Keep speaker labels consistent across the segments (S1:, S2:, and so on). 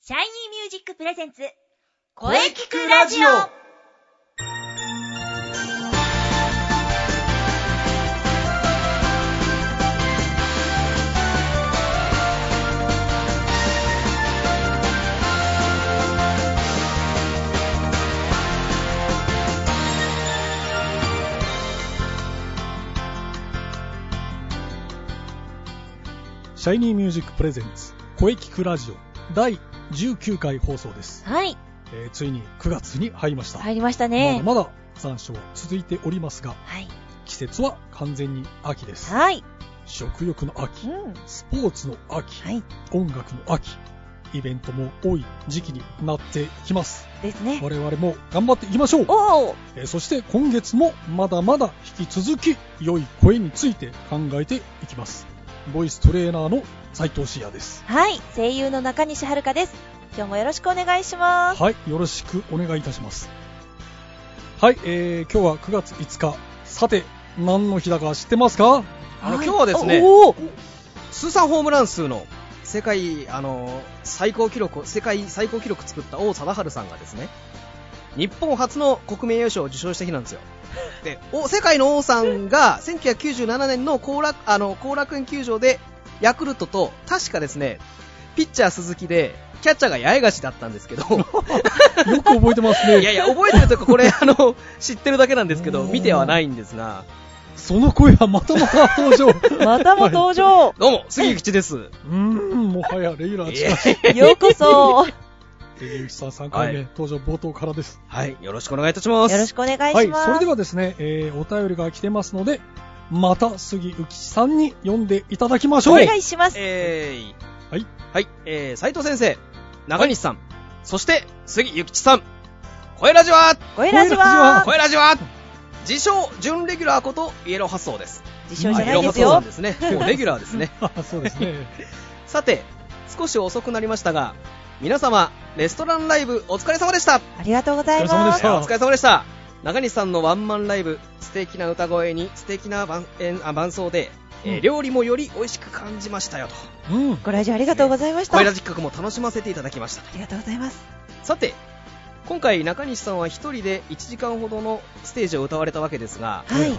S1: シャイニーミュージックプレゼンツ、
S2: 声聞くラジオ
S3: シャイニーミュージックプレゼンツ声聞くラジオ第19回放送です、
S1: はい、
S3: えーついに9月に入りました、
S1: 入りましたね。
S3: まだまだ残暑は続いておりますが
S1: はい。
S3: 季節は完全に秋です
S1: はい。
S3: 食欲の秋
S1: うん。
S3: スポーツの秋、
S1: はい。
S3: 音楽の秋イベントも多い時期になってきます
S1: ですね。
S3: 我々も頑張っていきましょう、
S1: おお
S3: えーそして今月もまだまだ引き続き良い声について考えていきますボイストレーナーの斉藤慎也です
S1: はい、声優の中西遥です。今日もよろしくお願いします。
S3: はい、よろしくお願いいたします。はい、えー、今日は9月5日。さて、何の日だか知ってますか
S2: あの、
S1: はい
S2: 今日はですね、
S1: おお
S2: 通算ホームラン数の世界、あの、最高記録を、世界最高記録作った王貞治さんがですね、日本初の国名誉賞を受賞した日なんです よ。で、お世界の王さんが、1997年の後楽、あの、後楽園球場で、ヤクルトと、確かですね、ピッチャー鈴木で、キャッチャーが八重樫だったんです けど、
S3: よく覚えてますね。
S2: いやいや、覚えてるというか、これ、あの、知ってるだけなんですけど、見てはないんですが、
S3: その声はまたまた登場。 う
S1: またも登場、
S2: どうも、杉口です。
S3: ーん、もはやレギュラー近し。
S1: ようこ そよ
S3: 出口さん3回目、
S2: はい
S3: 登場冒頭からです。
S2: はい、よろしくお願いいたします。
S1: ろしくお願いします。
S3: はい、それではですね、えー、お便りが来てますので、また杉浮さんに読んでいただきましょう。
S1: お願いします。
S2: えー、
S3: はい。
S2: はい、えー、斉藤先生、中西さん、そして、杉ゆきちさん、声ラジは
S1: 声ラジは、
S2: 声ラジは自称、準レギュラーこと、イエロー発想です。
S1: 自称じゃ
S2: イ
S1: な
S2: エ
S1: い
S2: ロー
S1: で
S2: 発
S1: す
S2: 想さ
S1: よ
S2: ん。ですね。もうレギュラーですね。
S3: あ そうですね。
S2: さて、少し遅くなりましたが、皆様、レストランライブお疲れ様でした
S1: ありがとうござい
S3: お疲れ様
S1: ま
S3: でし
S1: す。
S3: た
S2: お疲れ様でした中西さんのワンマンライブ素敵な歌声に素敵な伴えーあ伴奏で、えー
S3: うん
S2: 料理もより美味しく感じましたよと
S3: うん。
S1: ご来場ありがとうございました。
S2: 声
S1: あ
S2: ラジ企画も楽しませていただきました
S1: りがとうございます。
S2: さて今回中西さんは一人で1時間ほどのステージを歌われたわけですが
S1: はい。
S3: い。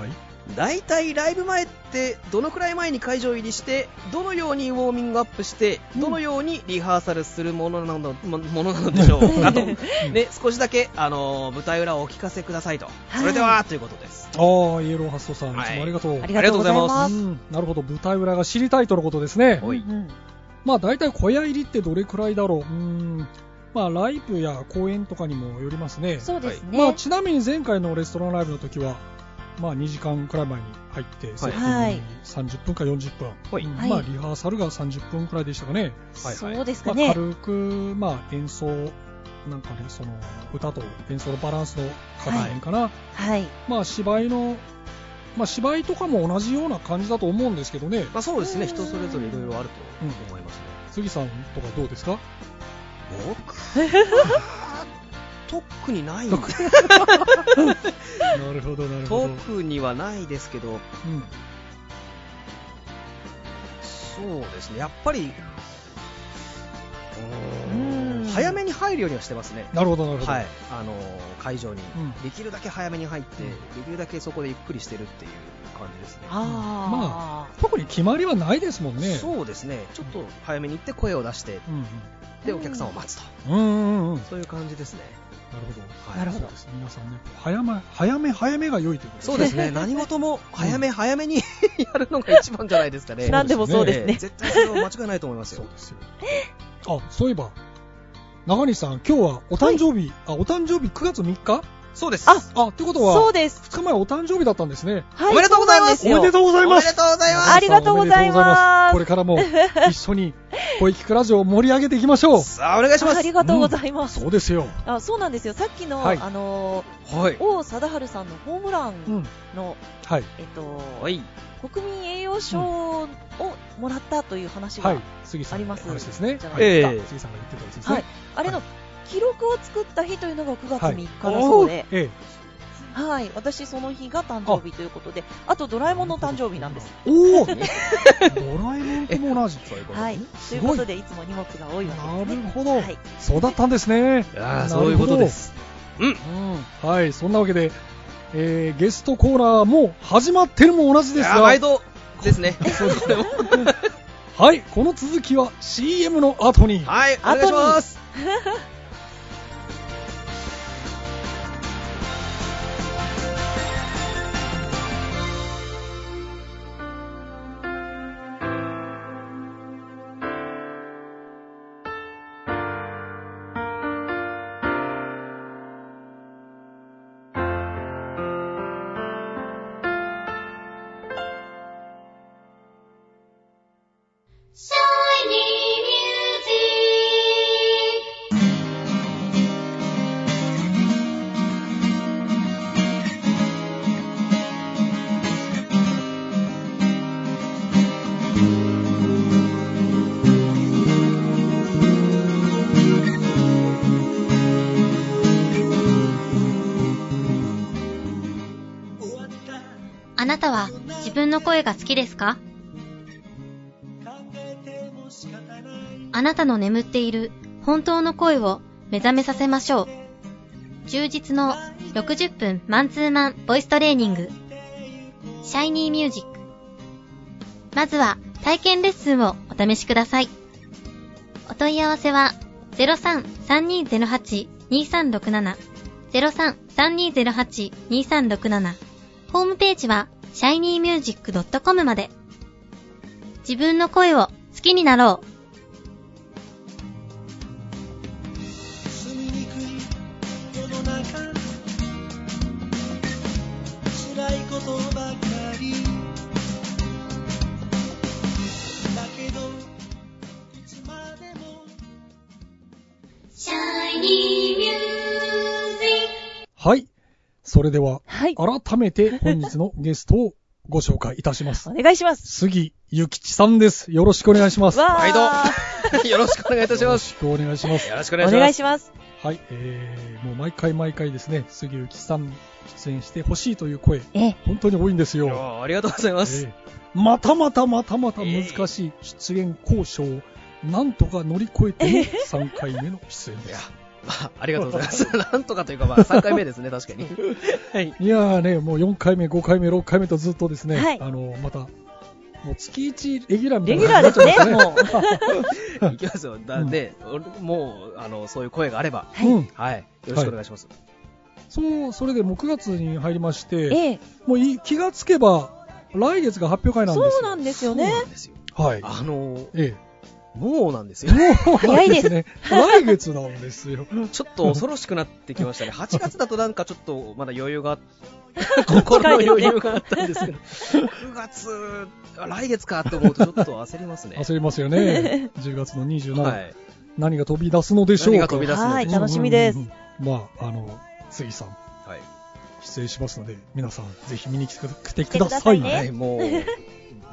S2: 大体ライブ前ってどのくらい前に会場入りしてどのようにウォーミングアップしてどのようにリハーサルするものなのもものなのでしょうかと、 ね、少しだけ、あのー舞台裏をお聞かせくださいと
S1: い
S2: それではということです
S3: ああ、イエロー発想さん、い
S2: はい
S3: つもありがとう。
S1: ありがとうございま
S3: う
S1: す。
S3: ん、なるほど舞台裏が知りたいとのことですね
S2: おい
S1: うんうん
S3: まあ大体小屋入りってどれくらいだろううーんまあライブや公演とかにもよりますね
S1: そうです
S3: まあ
S1: ね。
S3: ちなみに前回のレストランライブの時はまあ2時間くらい前に入って、セッティングに
S1: はい
S3: 30分か40分、
S2: はい
S3: うん
S1: はい
S3: まあリハーサルが30分くらいでしたかね、
S1: そうです
S3: ま
S1: か
S3: あ、
S1: ね。
S3: 軽くまあ演奏なんかねその歌と演奏のバランスの確認かな、
S1: はい。
S3: まあ芝居のまあ芝居とかも同じような感じだと思うんですけどね、
S2: まあそうです
S1: う
S2: ね、
S1: ん
S2: 人それぞれいろいろあると思いますね。
S3: 杉さんとかどうですか
S2: 僕 特にない
S3: 特なるほどなるほど、
S2: 特にはないですけど、
S3: うん、
S2: そうですね、やっぱり、う
S1: う
S2: ー
S1: ん
S2: ん早めに入るようにはしてますね。
S3: なるほどなるほど、
S2: はい、あのー会場に、
S3: うん
S2: できるだけ早めに入って、
S3: うん
S2: できるだけそこでゆっくりしてるっていう感じですね。
S1: あ
S3: 特に決まりはないですもんねう、
S2: そうですね、ちょっと早めに行って声を出して、
S3: うん
S2: で、お客さんを待つと。
S3: うん、うんうんうんなる
S2: そういう感じですね。
S3: ほど、
S2: はい
S1: なるほど
S3: そうです皆さんね早め早め早めが良いということ
S2: そうです ね、何事も早め早めに やるのが一番じゃないですかね。
S1: あ。なんでもそうです
S2: ええ
S1: ね。
S2: 絶対それは間違いないと思います
S3: そ
S2: よ
S3: う。ですよあそういえば中西さん今日はお誕生日、あお誕生日9月3日
S2: そうです。
S1: あ
S3: あってこと
S1: そう
S3: は
S1: です。
S3: 2日前お誕生日だったんですね
S1: は
S2: おめでとうございます
S1: そうなんでよ
S3: とうご
S2: おめでとうございます。
S1: ありがとうございます
S3: 中西さんおめでとうございますこれからも一緒に小池クラジオを盛り上げていきましょう
S2: さあ、お願いしま
S1: あ
S2: す
S1: り。がとうございます。
S3: そうですよ
S1: あそうなんですよ。さっきの、
S3: はい
S1: あの
S2: は
S1: ー、。
S2: い
S1: 王貞治さんのホームラ
S3: う
S1: ン
S3: ん
S1: の、
S3: はい
S1: えっ
S2: は
S1: と、
S2: い。
S1: 国民栄誉賞をもらったという話が、
S3: はい、杉さんの
S1: あります
S3: 話ですね。
S1: じゃ
S3: は
S1: ない
S3: い
S2: ですか
S3: ええ杉さんが言ってたやつです
S1: はい
S3: ね。
S1: あれの記録を作った日というのが9月3日だ
S3: はい
S1: そうで、
S3: ええ
S1: はい、私その日が誕生日ということで、あとドラえもんの誕生日なんです。。
S3: おおドラえもんとも同じ。
S1: はい、と
S3: す
S1: いう
S3: ご
S1: こ
S3: い。
S1: とでいつも荷物が多いわけです
S3: な
S1: ね。
S3: るほど
S1: はい、
S3: そうだったんですね。なるほ
S2: あ
S3: ど
S2: あ、そういうことです。
S3: うん。はい、そんなわけで、えーゲストコーナーも始まってるも同じです
S2: ああ、
S3: が、
S2: 毎度ですね。これも
S3: はい、この続きは CM の後に。
S2: はい、お願いします。
S4: Shiny music.
S5: あなたは自分の声が好きですかあなたの眠っている本当の声を目覚めさせましょう。充実の60分マンツーマンボイストレーニング。シャイニーミュージック。まずは体験レッスンをお試しください。お問い合わせは03-3208-2367 03-3208-2367ホームページは shinymusic.com まで。自分の声を好きになろう。
S4: Shiny music.
S3: はい。それでは、
S1: はい、
S3: 改めて本日のゲストをご紹介いたします。
S1: お願いします。
S3: 杉ゆきちさんです。よろしくお願いします。
S1: わ
S2: 毎
S1: ー
S2: 度、よろしくお願いいたし
S3: よろ
S2: ます。
S3: しくお願いします。
S2: よろしくお
S1: お
S2: 願いし
S1: 願
S2: ま
S1: い
S2: す。
S1: します。
S3: はい、えー、もう毎回毎回ですね、杉ゆきさん出演してほしいという声、
S1: ええ
S3: 本当に多いんです
S2: い
S3: よ。
S2: やありがとうございます。
S3: ええまたまたまたまた難しい出演交渉をなんとか乗り越えての3回目の出演
S2: い
S3: で
S2: や
S3: す。、
S2: まあ、ありがとうございます。 なんとかというか、まあ、3回目ですね、確か に。はい。
S3: いやーね、もう4回目、5回目、6回目とずっとですね、
S1: はい
S3: あの、また、もう月1レギュラーみた
S1: レ
S3: い
S1: ギュ
S3: な
S1: ラー
S3: 感じにな
S1: で
S3: っち
S1: す
S3: ゃい
S1: ね
S3: ま した、
S1: もう。
S2: いきますよ。だ
S3: うん
S2: で、俺もう、あの、そういう声があれば、
S1: はい
S3: うん、
S2: はい。よろしくお願いします。
S3: そう、それでもう9月に入りまして、
S1: ええ、
S3: もうい気がつけば、来月が発表会なんで
S1: そ
S3: すよ。
S1: うなんですよね。
S2: そうなんですよ。
S3: はい。
S2: あの、
S3: え
S2: もうなんです
S3: え。
S2: よ。
S3: もう
S1: 早いです
S3: ね。 来月なんですよ。
S2: ちょっと恐ろしくなってきま したね。8月だとなんかちょっとまだ余裕があっ 心の余裕があったんですけど、9月、 あ来月かって思うとちょっと焦りますね。
S3: 焦りますよね。10月の27、
S2: はい。
S3: 何が飛び出すのでしょうか。
S2: 何が飛び出すのでしょう
S1: は
S2: か
S1: い楽しみです
S3: うんうんうんうんまあ、あの、杉さん、
S2: はい。
S3: 出演しますので、皆さん、ぜひ見に来てく
S1: 来て
S3: だ
S1: くだ
S3: さ
S1: さ
S3: い。
S1: いね
S2: はい、もう、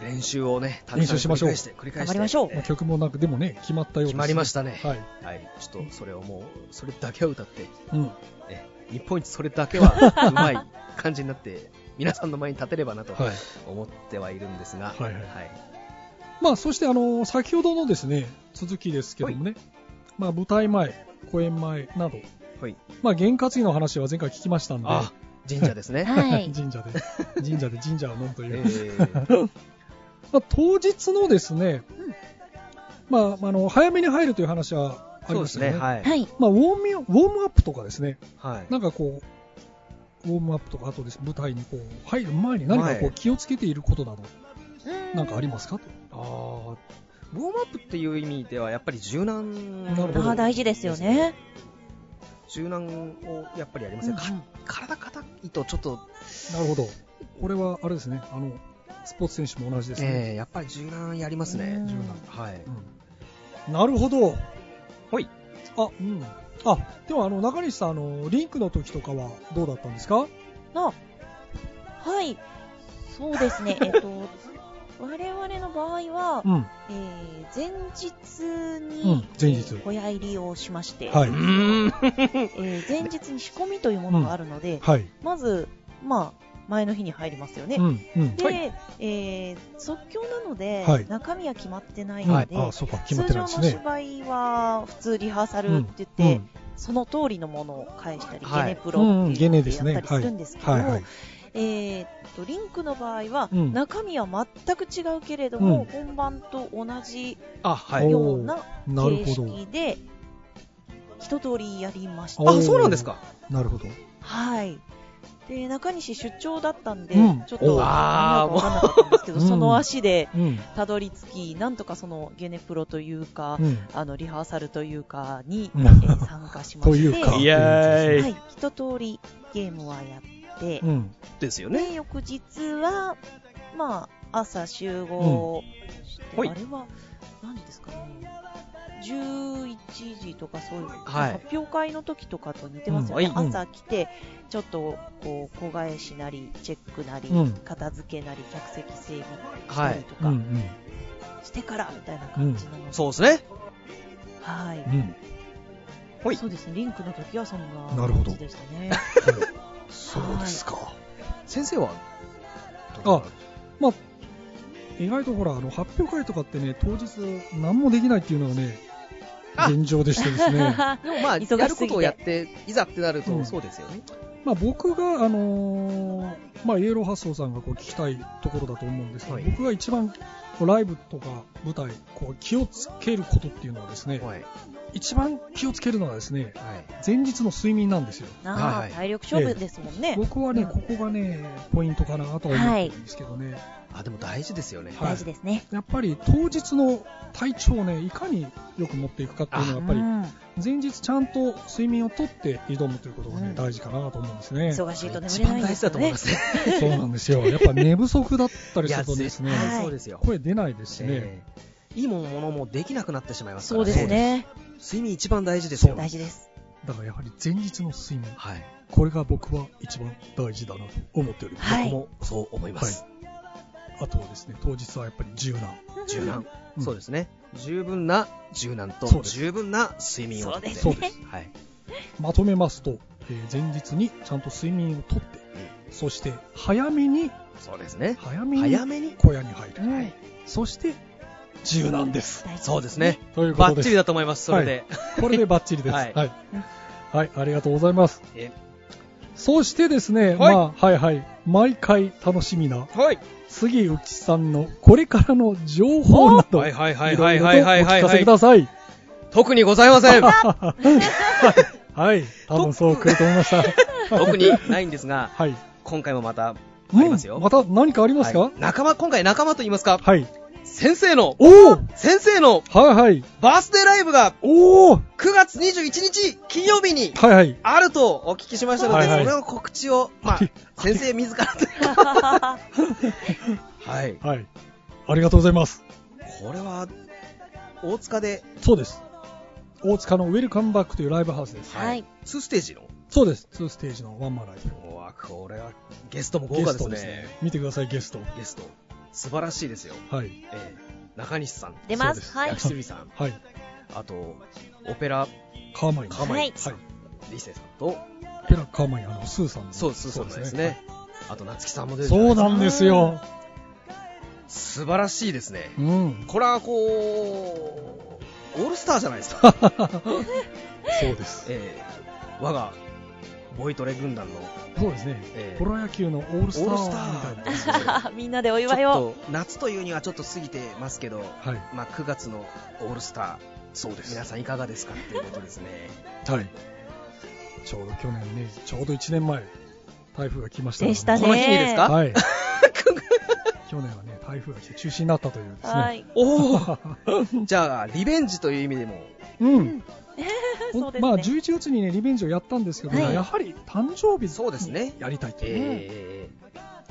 S2: 練習をね、たく
S3: 練
S2: さん
S3: 習しましょう
S2: 繰り返て繰り
S1: 頑
S2: 返して。
S1: 張りましょう
S2: えー
S3: 曲もなく、でもね、決まったようです。
S2: 決まりましたね。
S3: はい。
S2: はい。ちょっとそれをもう、それだけを歌って、
S3: うん。
S2: え日本一それだけはうまい感じになって、皆さんの前に立てればなと
S3: はい。
S2: 思ってはいるんですが、
S3: はいはい
S2: い。
S3: まあ、そして、あの、先ほどのですね、続きですけどもね、まあ、舞台前、公演前など、
S2: はい
S3: まあ、験担ぎの話は前回聞きましたんで、
S2: あ、神社ですね。
S5: はい。
S3: 神社で、 神社で神社を飲むと
S2: え
S3: いう。
S2: ー
S3: まあ、当日のですね、まあ、あの、早めに入るという話はあり
S2: そう
S3: ま
S2: で
S3: し
S2: す
S3: たよ
S2: ね。
S3: ね。
S2: はい。
S5: はい。
S3: まあ、ウォーミウォームアップとかですね、
S2: はい。
S3: なんかこう、ウォームアップとか、あとです舞台にこう入る前に何か
S2: は
S3: こう
S2: い
S3: 気をつけていることなど、なんかありますかと
S2: あーウォームアップっていう意味ではやっぱり柔軟
S3: なるほど
S1: ああ、大事ですよね。
S2: 柔軟をやっぱりやりますね、か体硬いとちょっと、
S3: なるほど。これはあれですね、あの、スポーツ選手も同じです
S2: え
S3: ね。
S2: ーやっぱり柔軟やりますね、
S3: 柔
S2: はい
S3: うんなるほど。
S2: ほい。
S3: あ、うん。あ、でもあの、中西さん、あの、リンクの時とかはどうだったんですか
S1: の、はい、そうですね、えっと、我々の場合は、
S3: うん。
S1: えー前日
S3: う
S1: に
S3: ん、前日
S1: えー親入りをしまして、
S3: はいう
S2: ーん
S1: えー前日に仕込みというものがあるので、
S3: はい。
S1: まず、まあ、前の日に入りますよね。
S3: うん、うん。
S1: で、
S3: はい。
S1: えー即興なので、
S3: はい
S1: 中身は決まってない
S3: は
S1: の
S3: い。
S1: で、
S3: あそうか、決まっ
S1: 通
S3: てない
S1: 常
S3: で
S1: の
S3: すね。
S1: 芝居は普通リハーサルって言って、
S3: うん。
S1: その通りのものを返したり、
S2: はい
S1: ゲネプロって
S3: う
S1: い
S3: ん
S1: う
S3: ゲ
S1: の
S3: ネ
S1: を
S3: です
S1: や
S3: ね
S1: ったりするんですけど、
S3: はいはい。
S1: えーっとリンクの場合は、
S3: うん
S1: 中身は全く違うけれども、
S3: うん
S1: 本番と同じ
S2: あ、はい。
S1: ような
S3: なる
S1: 形
S3: ほど。
S1: 式で一通りやりまし
S3: おー
S1: た。
S2: あ、そうなんですか。
S3: なるほど。
S1: はい。で、中西出張だったんで、
S3: うん
S1: ちょっと、何
S2: あ
S1: だかわか
S2: ー
S1: んなかったんですけど、
S3: もう
S1: その足で
S3: うん。
S1: たどり着き、なんとかそのゲネプロというか、
S3: うん。
S1: あの、リハーサルというかに、
S3: うん
S1: えー参加しまして、
S3: というか。
S2: イエーイ
S1: はい、一通りゲームはやって、
S3: うん。
S2: ですよね。
S1: で、翌日は、まあ、朝集合して、
S2: ほい
S1: あれは、何時ですかね。11時とかそういう、
S2: はい
S1: 発表会の時とかと似てますよね。
S2: うんはい
S1: 朝来て、ちょっと、こう、小返しなり、チェックなり、
S3: うん
S1: 片付けなり、客席整備し
S2: は
S1: たり
S2: い。
S1: と
S3: うん。
S1: か
S3: うん。
S1: してから、みたいな感じなので、
S2: そうですね。
S1: は
S3: う
S1: い。
S3: ん。
S2: ほい
S1: そうですね、リンクの時はそん
S3: な
S1: な
S3: るほ
S1: 感
S3: ど
S1: じでしたね。
S3: そうですか。
S2: 先生は
S3: あ意外とほら、あの、発表会とかってね、当日何もできないっていうのがね、
S2: あ
S3: 現状でしてです ね。
S2: でもまあ、
S1: 忙しすぎて
S2: やることをやって、いざってなる
S3: う
S2: と
S3: ん
S2: そうですよね。
S3: まあ、僕が、あのーまあ、イエロー発想さんがこう聞きたいところだと思うんですけど、
S2: はい
S3: 僕が一番こうライブとか舞台こう気をつけることっていうのはですね、
S2: はい。
S3: 一番気をつけるのはですね
S2: はい。
S3: 前日の睡眠なんですよ
S1: なあ、
S2: はい
S1: 体力勝負ですもんね。
S3: 僕はね、ここがねポイントかなとは思ってるんですけどね、
S2: あ、でも大事ですよね。
S3: はい
S1: 大事ですね。
S3: やっぱり当日の体調をねいかによく持っていくかっていうのはやっぱり
S1: うん
S3: 前日ちゃんと睡眠をとって挑むということがね、
S1: うん
S3: 大事かなと思うんですね。
S1: 忙しいと眠
S2: 一
S1: れな
S2: 番
S1: いん
S2: 大
S1: で
S2: 事
S1: すよ
S2: だと思い
S1: ね
S2: ま。すね。
S3: そうなんですよ。やっぱ寝不足だったり
S2: い
S3: す
S2: や、
S3: るとです
S2: 絶
S3: ね、
S2: 対そうですよ。
S3: 声出ないですしね。
S2: ええいいものもできなくなってしまいますか
S1: そ
S2: ら
S1: うです。ね。
S2: 睡眠一番大事ですよ。
S1: 大事です。
S3: だからやはり前日の睡眠、
S2: はい。
S3: これが僕は一番大事だなと思っております。
S1: はい
S2: 僕もそう思います。
S3: あとはですね、当日はやっぱり柔軟。
S2: 柔軟、
S3: うん
S2: そうですね。十分な柔軟
S3: そう
S2: と
S3: です
S2: 十分な睡眠をとって。
S3: そうです
S2: はい。
S3: まとめますと、えー前日にちゃんと睡眠をとって、そして早めに、
S2: そうですね。
S3: 早めに
S2: 早めに。
S3: 小屋に入る。
S2: はい。
S3: そして、柔軟です。
S1: 大事
S2: そうですね。
S3: というこ
S2: バ
S3: と
S2: ッ
S3: で
S2: チ
S3: す
S2: リ。だと思います。それで。
S3: これでバッチリです。は
S2: はいい。
S3: はい。ありがとうございます
S2: え。
S3: そしてですね、
S2: はい
S3: まあ、はいはい。毎回楽しみな、
S2: はい。
S3: 杉内さんのこれからの情報など、
S2: はいはいはいい
S3: ろ
S2: はいい
S3: ろとお
S2: はいはいはい
S3: 聞かせください。
S2: 特にございません。
S3: はい。多分そう来ると思い ました。
S2: 特にないんですが、
S3: はい。
S2: 今回もまたあ
S3: うん
S2: りますよ。
S3: また何かあります
S2: は
S3: か
S2: い仲間、今回仲間と言いますか、
S3: はい。
S2: 先生の、
S3: おお
S2: 先生の
S3: はいはい。
S2: バースデーライブが
S3: おお
S2: 9月21日金曜日に
S3: はいはい。
S2: あるとお聞きしましたので、
S3: はいはい
S2: それの告知を、ま あ
S3: はい、
S2: 先生自らというかはい。
S3: はい。ありがとうございます。
S2: これは、大塚で、
S3: そうです。大塚のウェルカムバックというライブハウスです。
S1: はい。
S2: 2ステージの、
S3: そうです。2ステージのワンマンライブ。
S2: うわこれは、ゲストも豪
S3: ゲ
S2: 華
S3: ス
S2: です
S3: ト
S2: ね。
S3: で
S2: ゲス
S3: す
S2: ト
S3: ね。見てください、ゲスト。
S2: 素晴らしいですよ。
S3: はい。
S2: ええ中西さん、
S1: 出
S3: ま
S1: ますす。
S3: は
S1: はいい
S2: 焼。きすみさん、
S3: はい。
S2: あと、オペラ、
S3: カーマイン。
S2: カーマ
S1: は
S2: イン
S1: い
S2: さん、リセさんと、
S3: ペラカーマイン、あの、スーさんの。
S2: そうです、そうですね。。あと、夏木さんも出て
S3: そう
S2: だ
S3: なんですよ。
S2: 素晴らしいですね。
S3: うん。
S2: これはこう、オールスターじゃないです か。
S3: そうです。
S2: ええ我が、ボイトレ軍団の、
S3: そうですね。
S2: ええ
S3: プロ野球のオールスタ
S2: オールスタ
S3: ー
S2: ー
S3: みたいな。
S1: みんなで お
S2: ちょっ
S1: 祝いを。
S2: と夏というにはちょっと過ぎてますけど、
S3: はい。
S2: まあ、9月のオールスター、そうです皆さんいかがですかっていうことですね。
S3: はい。ちょうど去年ね、ちょうど1年前、台風が来ましたの
S1: でしたね。
S2: この日にですか
S3: はい。去年はね、台風が来て中止になったというですね。
S1: は。い。
S2: おおじゃあ、リベンジという意味でも、
S3: うん。
S1: そうですね
S3: まあ11月にね、リベンジをやったんですけど、
S1: はい
S3: やはり誕生日
S2: そうですね
S3: にやりたいというね、
S2: え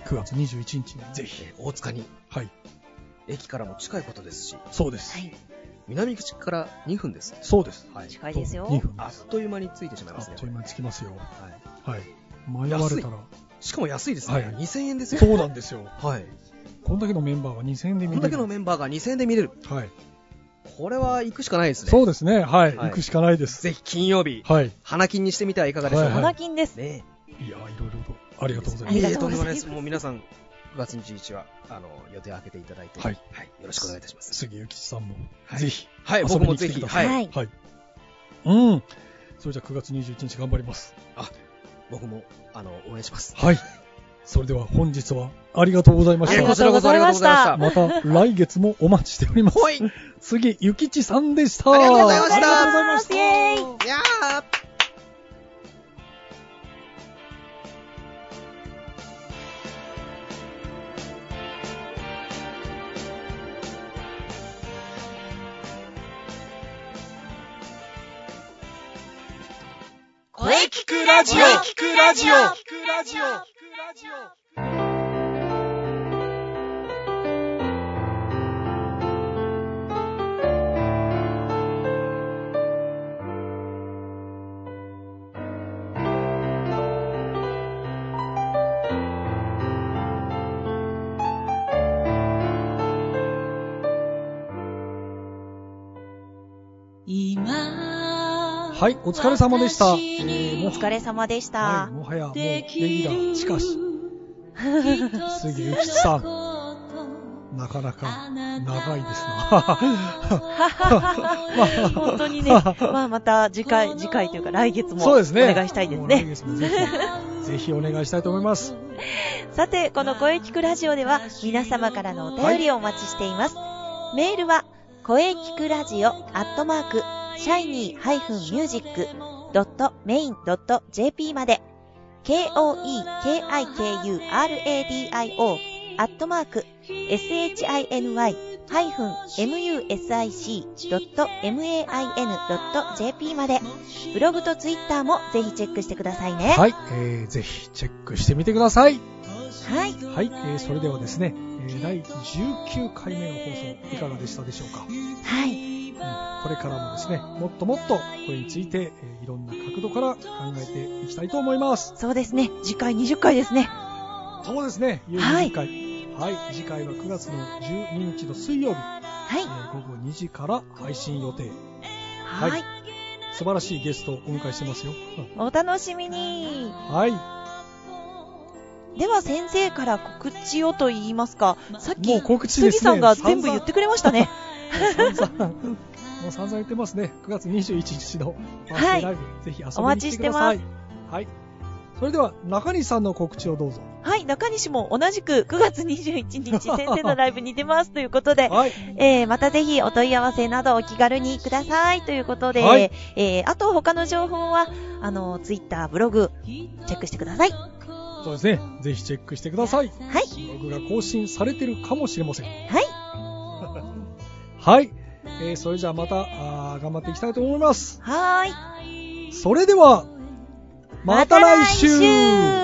S3: 9月21日に
S2: ー
S3: ぜ
S2: ぜ
S3: ひ。
S2: ひ大塚に、
S3: はい。
S2: 駅からも近いことですし、
S3: そうです。
S1: はい。
S2: 南口から2分です。
S3: そうです。
S2: はい、
S1: 近いですよ。
S3: 2分
S2: あ
S3: です
S2: っ。という間に着いてしまい
S3: あ
S2: ますね
S3: っと。いう間に着きますよ。
S2: はい
S3: はい。迷われたら。
S2: しかも安いですね、
S3: はい
S2: 2000円ですよ。
S3: そうなんですよ。
S2: はい、
S3: こんだけのメンバーは2000円で見れる。
S2: こんだけのメンバーが2000円で見れる。
S3: はい。
S2: これは行くしかないですね。
S3: そうですね。はい。
S2: は
S3: 行
S2: い
S3: くしかないです。
S2: ぜひ金曜日、
S3: はい。
S2: 花金にしてみてはいかがでしょうか。
S3: はい
S1: 花金です。
S2: ね
S3: いや、いろいろとありがとうござ
S1: あ
S3: い
S1: り
S3: ま
S1: が
S3: す。
S1: とうございます
S2: えーとんでもなですもう皆さん、9月21日は、あの、予定を開けていただいて、
S3: はい
S2: よろしくお願いいたします。
S3: 杉吉さんも、
S2: はい
S3: ぜひ。
S2: はい、
S3: 遊
S2: 僕
S3: び
S2: も
S3: に来
S2: ぜ
S3: て
S2: ひ、
S3: くだ
S2: は
S3: さ
S2: い、
S1: はい。
S3: はい。うん。それじゃあ9月21日頑張ります。
S2: 僕も、あの、応援します。
S3: はい。それでは本日はありがとうございま
S1: あ
S3: し
S1: り
S3: た。
S1: がとうございました
S3: また来月もお待ちしております。
S2: ほいい
S3: 杉ゆきちさんでした。
S2: ありがとうございました
S1: ありがとうございます。イェーイ
S2: やー
S1: 声聞くラジオ聞くラジオ聞くラジオ今
S3: はい、お疲れ様でした。えーも
S1: お
S3: は
S1: 疲れ様でした。
S3: はい、もはやもうレギュラー。しかし、杉ゆきちさん。なかなか長いですな。
S1: 本当にね、まあまた次回、次回というか来月も
S3: そ
S1: お
S3: うですね。
S1: 願いしたいです
S3: もう来
S1: ね。
S3: 月もぜ ひ、ぜひお願いしたいと思います。
S1: さて、この声聞くラジオでは皆様からのお便りをお待ちしています。メールは、声聞くラジオアットマーク、シャイニー -music.main.jp まで、k-o-e-k-i-k-u-r-a-d-i-o アットマーク、shiny-music.main.jp まで、ブログとツイッターもぜひチェックしてくださいね。
S3: はい、えーぜひチェックしてみてください。
S1: はい。
S3: はい、えーそれではですね、えー第19回目の放送いかがでしたでしょうか、うん
S1: はい。
S3: これからもですね、もっともっとこれについて、えーいろんな角度から考えていきたいと思います。
S1: そうですね。次回20回ですね。
S3: そうですね、有
S1: はい
S3: 次回。はい、次回は9月の12日の水曜日、
S1: は
S3: え
S1: い。
S3: ー午後2時から配信予定。
S1: はい。
S3: はい素晴らしいゲストをお迎えしてますよ。うん
S1: お楽しみに。
S3: はい、
S1: では先生から告知をと言いますか、さっき、
S3: もう告知で
S1: 杉
S3: すね。
S1: さんが全部言ってくれました ね。
S3: 散々もう散々言ってますね。9月21日のバースデーライブ、ぜひ遊びに来てください。
S1: お待ちして
S3: はい。それでは、中西さんの告知をどうぞ。
S1: はい。中西も同じく9月21日、先生のライブに出ますということで、
S3: はい。
S1: えー、またぜひお問い合わせなどお気軽にくださいということで、
S3: はい
S1: えー、あと他の情報は、あの、ツイッター、ブログ、チェックしてください。は
S3: そうですね。ぜひチェックしてください。
S1: い。
S3: ブログが更新されてるかもしれません。
S1: はい。
S3: はい。えー、それじゃあまた、あー頑張っていきたいと思います。
S1: はーい。
S3: それでは、また来週
S1: また来週